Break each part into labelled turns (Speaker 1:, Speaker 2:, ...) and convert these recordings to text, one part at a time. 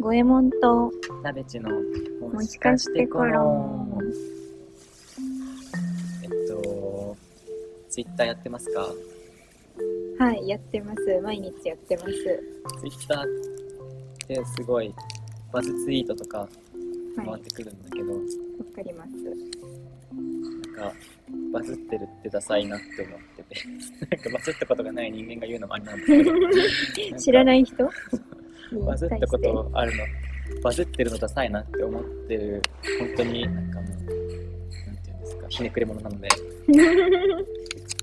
Speaker 1: 五右衛門と
Speaker 2: ナベチの
Speaker 1: もしかしてコロン。
Speaker 2: えっと、ツイッターやってますか
Speaker 1: はい、やってます。毎日やってます。
Speaker 2: ツイッターってすごいバズツイートとか
Speaker 1: はい、わ
Speaker 2: 回ってくるんだけど、
Speaker 1: かります。
Speaker 2: なんかバズってるってダサいなって思ってて なんかバズったことがない人間が言うのもあれなんです けど
Speaker 1: 知らないい人
Speaker 2: バズったこ
Speaker 1: に対して
Speaker 2: とあるのバズってるのダサいなって思ってる本当になんかもうなんていうんですかひねくれ者なので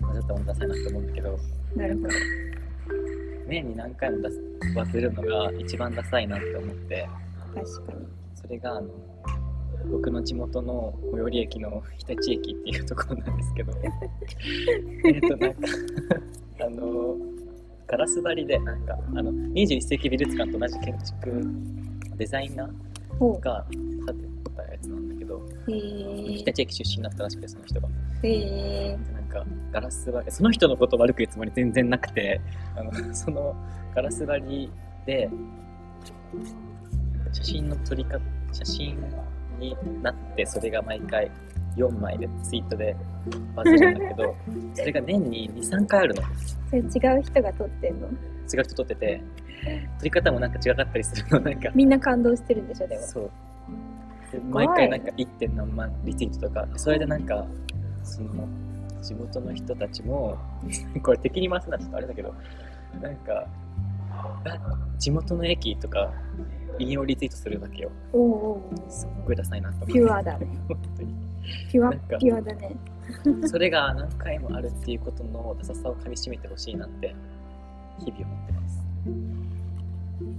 Speaker 2: バズったものダサいなって思うんだけど
Speaker 1: なるほど。
Speaker 2: 年に何回も出すバズるのが一番ダサいなって思って
Speaker 1: 確かに。
Speaker 2: それがあの僕の地元の最寄り駅の日立駅っていうところなんですけどえっとなんか あのガラス張りでなんかあの21世紀美術館と同じ建築デザイナー
Speaker 1: ほ
Speaker 2: が建てたやつなんだけど
Speaker 1: う。へ
Speaker 2: 日
Speaker 1: え
Speaker 2: 立駅出身だったらしくてその人が
Speaker 1: ー。へえ
Speaker 2: なんかガラス張りその人のことを悪く言うつもり全然なくてあのそのガラス張りで写真の撮り方写真になってそれが毎回4枚でツイートでバズるんだけどそれが年に23回あるの
Speaker 1: ー。それ違う人が撮ってんの
Speaker 2: 違う人撮ってて撮り方もなんか違かったりするのなんか
Speaker 1: みんな感動してるんでしょ、でも。
Speaker 2: そうで
Speaker 1: ごい
Speaker 2: 毎回なんか 1. 点何万リツイートとかそれでなんかその地元の人たちも これ敵に回すなちょっとあれだけどなんかあ地元の駅とか引用リツイートするわけよ
Speaker 1: おおー。
Speaker 2: すっごいダサいなと思って
Speaker 1: ピュアだね
Speaker 2: 本当に
Speaker 1: ピュア
Speaker 2: なんか、
Speaker 1: ピュアだね。
Speaker 2: それが何回もあるっていうことのダサさをかみしめてほしいなって日々思ってます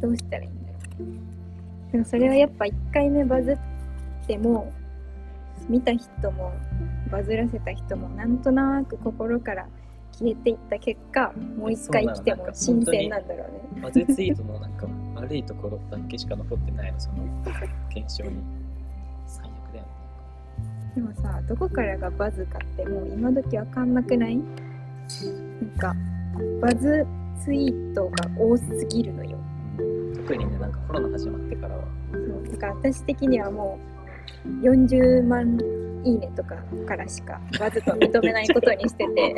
Speaker 1: どうしたらいいんだろう。でもそれはやっぱ一回目バズっても見た人もバズらせた人もなんとなく心から消えていった結果もう一回来ても新鮮なんだろうね。
Speaker 2: バズツイートのなんか悪いところだけしか残ってないのその検証に最悪だよね
Speaker 1: でもさどこからがバズかってもう今時わかんなくないなんかバズツイートが多すぎるのよ。
Speaker 2: 特にねなんかコロナ始まってからは
Speaker 1: そうだから私的にはもう40万いいねとかからしかわずと認めないことにしてて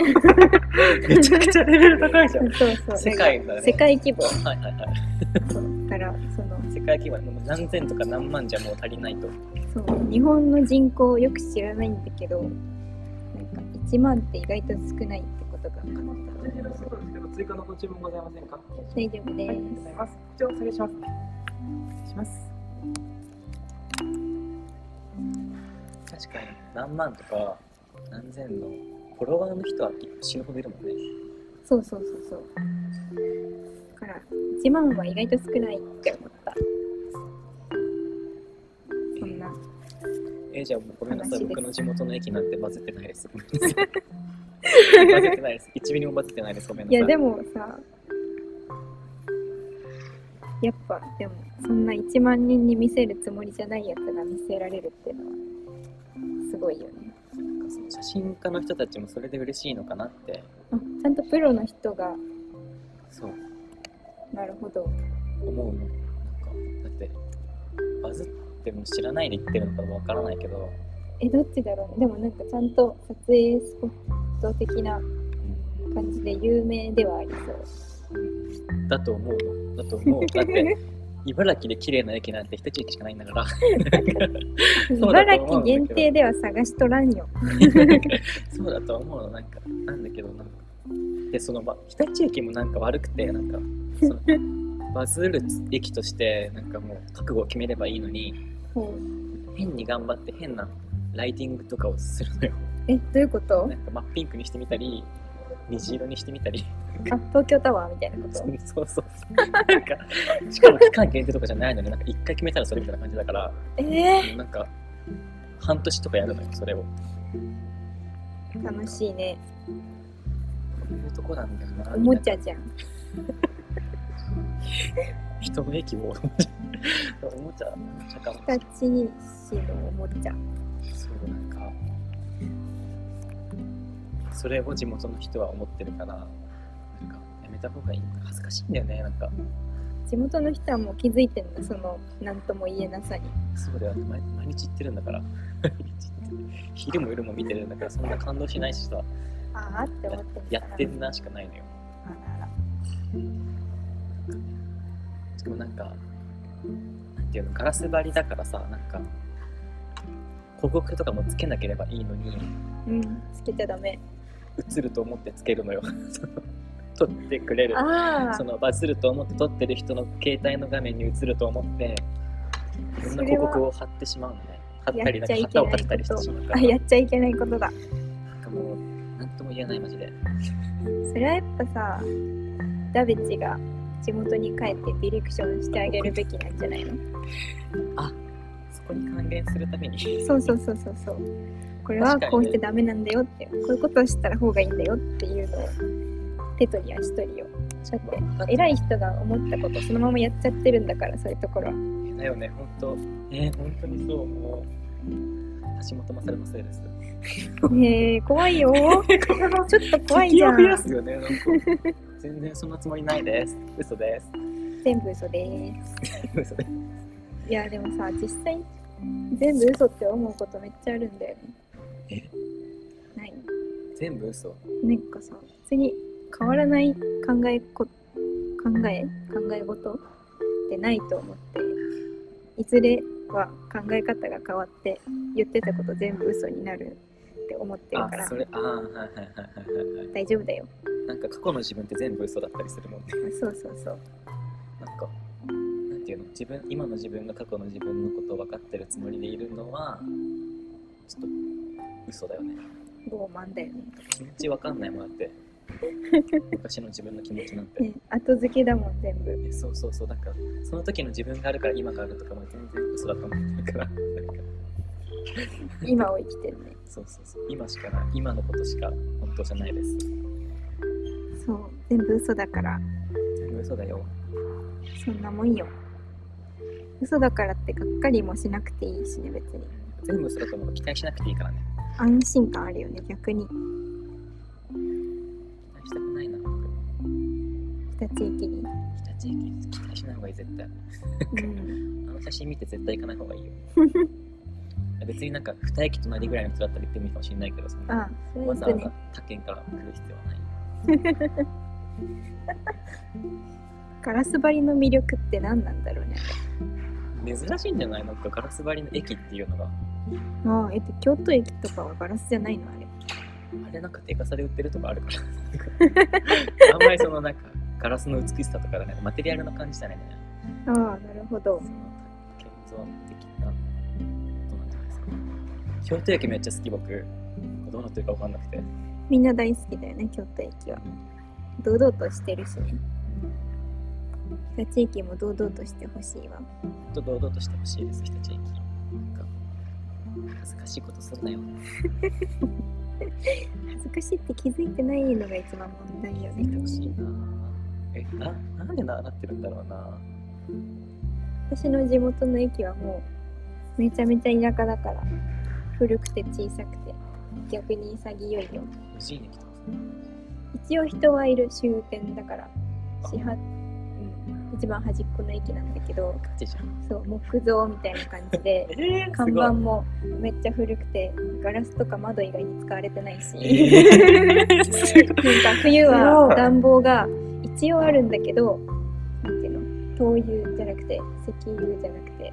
Speaker 2: めちゃくちゃレベル高いじゃん
Speaker 1: そうそう
Speaker 2: 世界だね
Speaker 1: 世界規模
Speaker 2: はいはいはい
Speaker 1: そうだからその
Speaker 2: 世界規模もう何千とか何万じゃもう足りないと
Speaker 1: そう日本の人口をよく知らないんだけどなんか1万って意外と少ないってことが分かった
Speaker 2: 追加のご注文ございませんか
Speaker 1: 大丈夫です、
Speaker 2: います一応お下げしますします確かに何万とか何千のフォロワーの人は死ぬほどいるもんね
Speaker 1: そうそうそうそうだから1万は意外と少ないって思ったそんな
Speaker 2: えーじゃあごめんなさい、
Speaker 1: 話です
Speaker 2: 僕の地元の駅なんてバズってない です。ごめんなさいバズってないです。1ミリもバズってないです。ごめん
Speaker 1: い
Speaker 2: なさい。
Speaker 1: やでもさやっぱでもそんな1万人に見せるつもりじゃないやつが見せられるっていうのはすごいよね
Speaker 2: その写真家の人たちもそれで嬉しいのかなって、
Speaker 1: あちゃんとプロの人が
Speaker 2: そう
Speaker 1: なるほど
Speaker 2: 思うの。なんか、だって、バズっても知らないで言ってるのかわからないけど、
Speaker 1: えどっちだろうねでもなんかちゃんと撮影スポット的な感じで有名ではありそう
Speaker 2: だと思う。だと思 う。だって、茨城で綺麗な駅なんて一駅しかないんだ から、そうだ
Speaker 1: 茨
Speaker 2: と思
Speaker 1: 城
Speaker 2: うんだけど
Speaker 1: 限定では探しとらんよ
Speaker 2: そうだと思うの。なんか、なんだけど、なんか。で、その、ま、日立駅もなんか悪くて、なんか、その バズる駅として、なんかもう覚悟を決めればいいのに、
Speaker 1: ほう
Speaker 2: 変に頑張って変なライティングとかをするのよ。
Speaker 1: えどういうこと
Speaker 2: なんか真っピンクにしてみたり、虹色にしてみたり、
Speaker 1: あ東京タワーみたいなこ
Speaker 2: そ
Speaker 1: と
Speaker 2: うそうそう。なんか、しかも期間限定とかじゃないのに、なんか一回決めたらそれみたいな感じだから、
Speaker 1: えー、
Speaker 2: なんか、半年とかやるのよ、それを。
Speaker 1: 楽しいね
Speaker 2: そういうとこなんだよな。
Speaker 1: おもちゃじゃん
Speaker 2: 人の駅を、 おもちゃ、おもちゃ、おもちゃかもしれない
Speaker 1: 日立市のおもちゃ
Speaker 2: そうなんかそれを地元の人は思ってるからなんかやめた方がいい恥ずかしいんだよねなんか
Speaker 1: 地元の人はもう気づいてんだその何とも言えなさに
Speaker 2: そうだよ毎毎日行ってるんだから 毎日行ってる昼も夜も見てるんだからそんな感動しないしさ
Speaker 1: ああって思って
Speaker 2: やってんなしかないのよ
Speaker 1: あら
Speaker 2: しかもなんかなんていうのガラス張りだからさなんか広告とかもつけなければいいのに
Speaker 1: うんつけちゃダメ
Speaker 2: 映ると思ってつけるのよ その撮ってくれる
Speaker 1: ああ
Speaker 2: そのバズると思って撮ってる人の携帯の画面に映ると思っていろんな広告を貼ってしまうのね貼ったりなんか
Speaker 1: やっち
Speaker 2: 旗
Speaker 1: ゃいけない
Speaker 2: をかけたりしてしまうか
Speaker 1: あ
Speaker 2: ら
Speaker 1: やっちゃいけないことだ
Speaker 2: なんかもうなんとも言えないマジで
Speaker 1: それはやっぱさダビッチが地元に帰ってディレクションしてあげるべきなんじゃないの
Speaker 2: そこに還元するために
Speaker 1: そうそうそうそうそうこれはこうしてダメなんだよって、こういうことをしたら方がいいんだよっていうのを手取り足取りをだって偉い人が思ったことそのままやっちゃってるんだからそういうところは
Speaker 2: だよね本当えー、本当にそうもう橋本勝のせいです
Speaker 1: ねえ怖 いよちょっと怖いじゃ
Speaker 2: 敵を増や
Speaker 1: ん
Speaker 2: すよねなんか全然そんなつもりないです嘘です
Speaker 1: 全部嘘です
Speaker 2: 嘘です
Speaker 1: いやでもさ実際全部嘘って思うことめっちゃあるんだよねない
Speaker 2: 全部嘘
Speaker 1: なんかさ別に変わらない考えこ考え考え事ってないと思っていずれは考え方が変わって言ってたこと全部嘘になるって思ってる
Speaker 2: あ
Speaker 1: から
Speaker 2: それあーはいはいはいはいはい
Speaker 1: 大丈夫だよ
Speaker 2: なんか過去の自分って全部嘘だったりするもんね
Speaker 1: そうそうそう
Speaker 2: なんかなんていうの自分今の自分が過去の自分のことを分かってるつもりでいるのはちょっと嘘だよね
Speaker 1: 傲慢だよね
Speaker 2: 気持ち分かんないもんだって 昔の自分の気持ちなんて
Speaker 1: ね後付けだもん全部
Speaker 2: えそうそうそうだからその時の自分があるから今があるとかも全然嘘だと思ってるからなんか
Speaker 1: 今を生きてるね
Speaker 2: そうそうそう今しかない今のことしか本当じゃないです
Speaker 1: そう全部嘘だから
Speaker 2: 全部嘘だよ
Speaker 1: そんなもんよ嘘だからってがっかりもしなくていいしね別に
Speaker 2: 全部嘘だと思う期待しなくていいからね
Speaker 1: 安心感あるよね逆に
Speaker 2: 期待したくないな僕
Speaker 1: 北地域に、
Speaker 2: 日立駅期待しない方がいい絶対
Speaker 1: うん
Speaker 2: あの写真見て絶対行かない方がいいよ別になんか二駅隣ぐらいの人だったら行ってもいいかもしれないけどそんな
Speaker 1: あ、そう
Speaker 2: わ
Speaker 1: です
Speaker 2: ざわざ
Speaker 1: ね。
Speaker 2: 他県から来る必要はない
Speaker 1: ガラス張りの魅力って何なんだろうね。
Speaker 2: 珍しいんじゃないなんかガラス張りの駅っていうのが
Speaker 1: ああ、えっと、京都駅とかはガラスじゃないのあれ。
Speaker 2: あれなんか定価差で売ってるとかあるからあんまりそのなんかガラスの美しさとかがなんかマテリアルな感じじゃないんだよね
Speaker 1: ああ、なるほど
Speaker 2: そ。の建造的なことなんじゃないですか京都駅めっちゃ好き僕どうなってるか分かんなくて
Speaker 1: みんな大好きだよね、京都駅は。堂々としてるしね。北地域も堂々としてほしいわ。
Speaker 2: ちょっと堂々としてほしいです日立駅なんか恥ずかしいことすんなよ
Speaker 1: 恥ずかしいって気づいてないのが一番問題よ
Speaker 2: 見て
Speaker 1: ね。
Speaker 2: ほしいなえななんでななってるんだろうな
Speaker 1: 私の地元の駅はもう、めちゃめちゃ田舎だから、古くて小さくて、逆に潔いよ。
Speaker 2: 無人駅とか
Speaker 1: 一応人はいる終点だから始発、うん、一番端っこの駅なんだけど
Speaker 2: ガチじゃん
Speaker 1: そう木造みたいな感じ で
Speaker 2: えー、
Speaker 1: 看
Speaker 2: すご
Speaker 1: 板
Speaker 2: い
Speaker 1: もめっちゃ古くてガラスとか窓以外に使われてないし、
Speaker 2: えーすごい
Speaker 1: なんか冬
Speaker 2: すご
Speaker 1: はい暖房が一応あるんだけどなんていうの灯油じゃなくて石油じゃなくて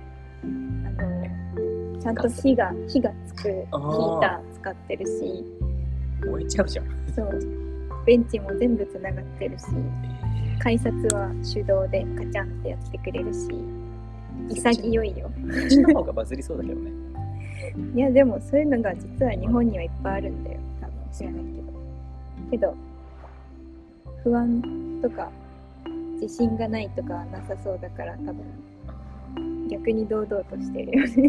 Speaker 1: あのちゃんと火が火がつくヒ
Speaker 2: あー
Speaker 1: ーター使ってるし
Speaker 2: 燃えちゃうじゃん
Speaker 1: そうベンチも全部つながってるし。
Speaker 2: え
Speaker 1: 改札は手動でカチャンってやってくれるし
Speaker 2: ー
Speaker 1: 潔いよ
Speaker 2: こっちの方がバズりそうだけどね。
Speaker 1: いやでもそういうのが実は日本にはいっぱいあるんだよ多分知らないけどけど不安とか自信がないとかはなさそうだから多分逆に堂々としてるよね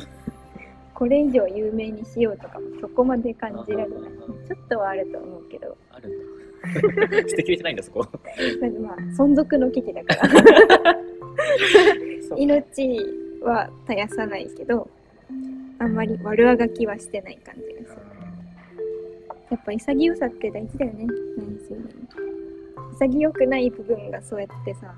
Speaker 1: これ以上有名にしようとかもそこまで感じられないちょっとはあると思うけど
Speaker 2: あるんだ。捨てきれてないんだそこ。
Speaker 1: だってまあ存続の危機だから
Speaker 2: そう
Speaker 1: 命は絶やさないけどあんまり悪あがきはしてない感じがするやっぱ潔さって大事だよね何するにも潔くない部分がそうやってさ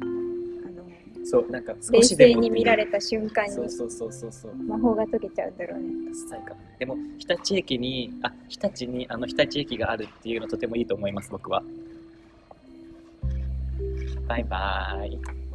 Speaker 1: あの
Speaker 2: そうなんか少
Speaker 1: 冷
Speaker 2: しで
Speaker 1: 静
Speaker 2: も
Speaker 1: に見ら
Speaker 2: れ
Speaker 1: れた瞬間に
Speaker 2: そうそうそうそうそう
Speaker 1: 魔法が解けちゃうんだろうね。
Speaker 2: 臭いかなでも日立駅にあ日立にあの日立駅があるっていうのとてもいいと思います僕はバイバーイ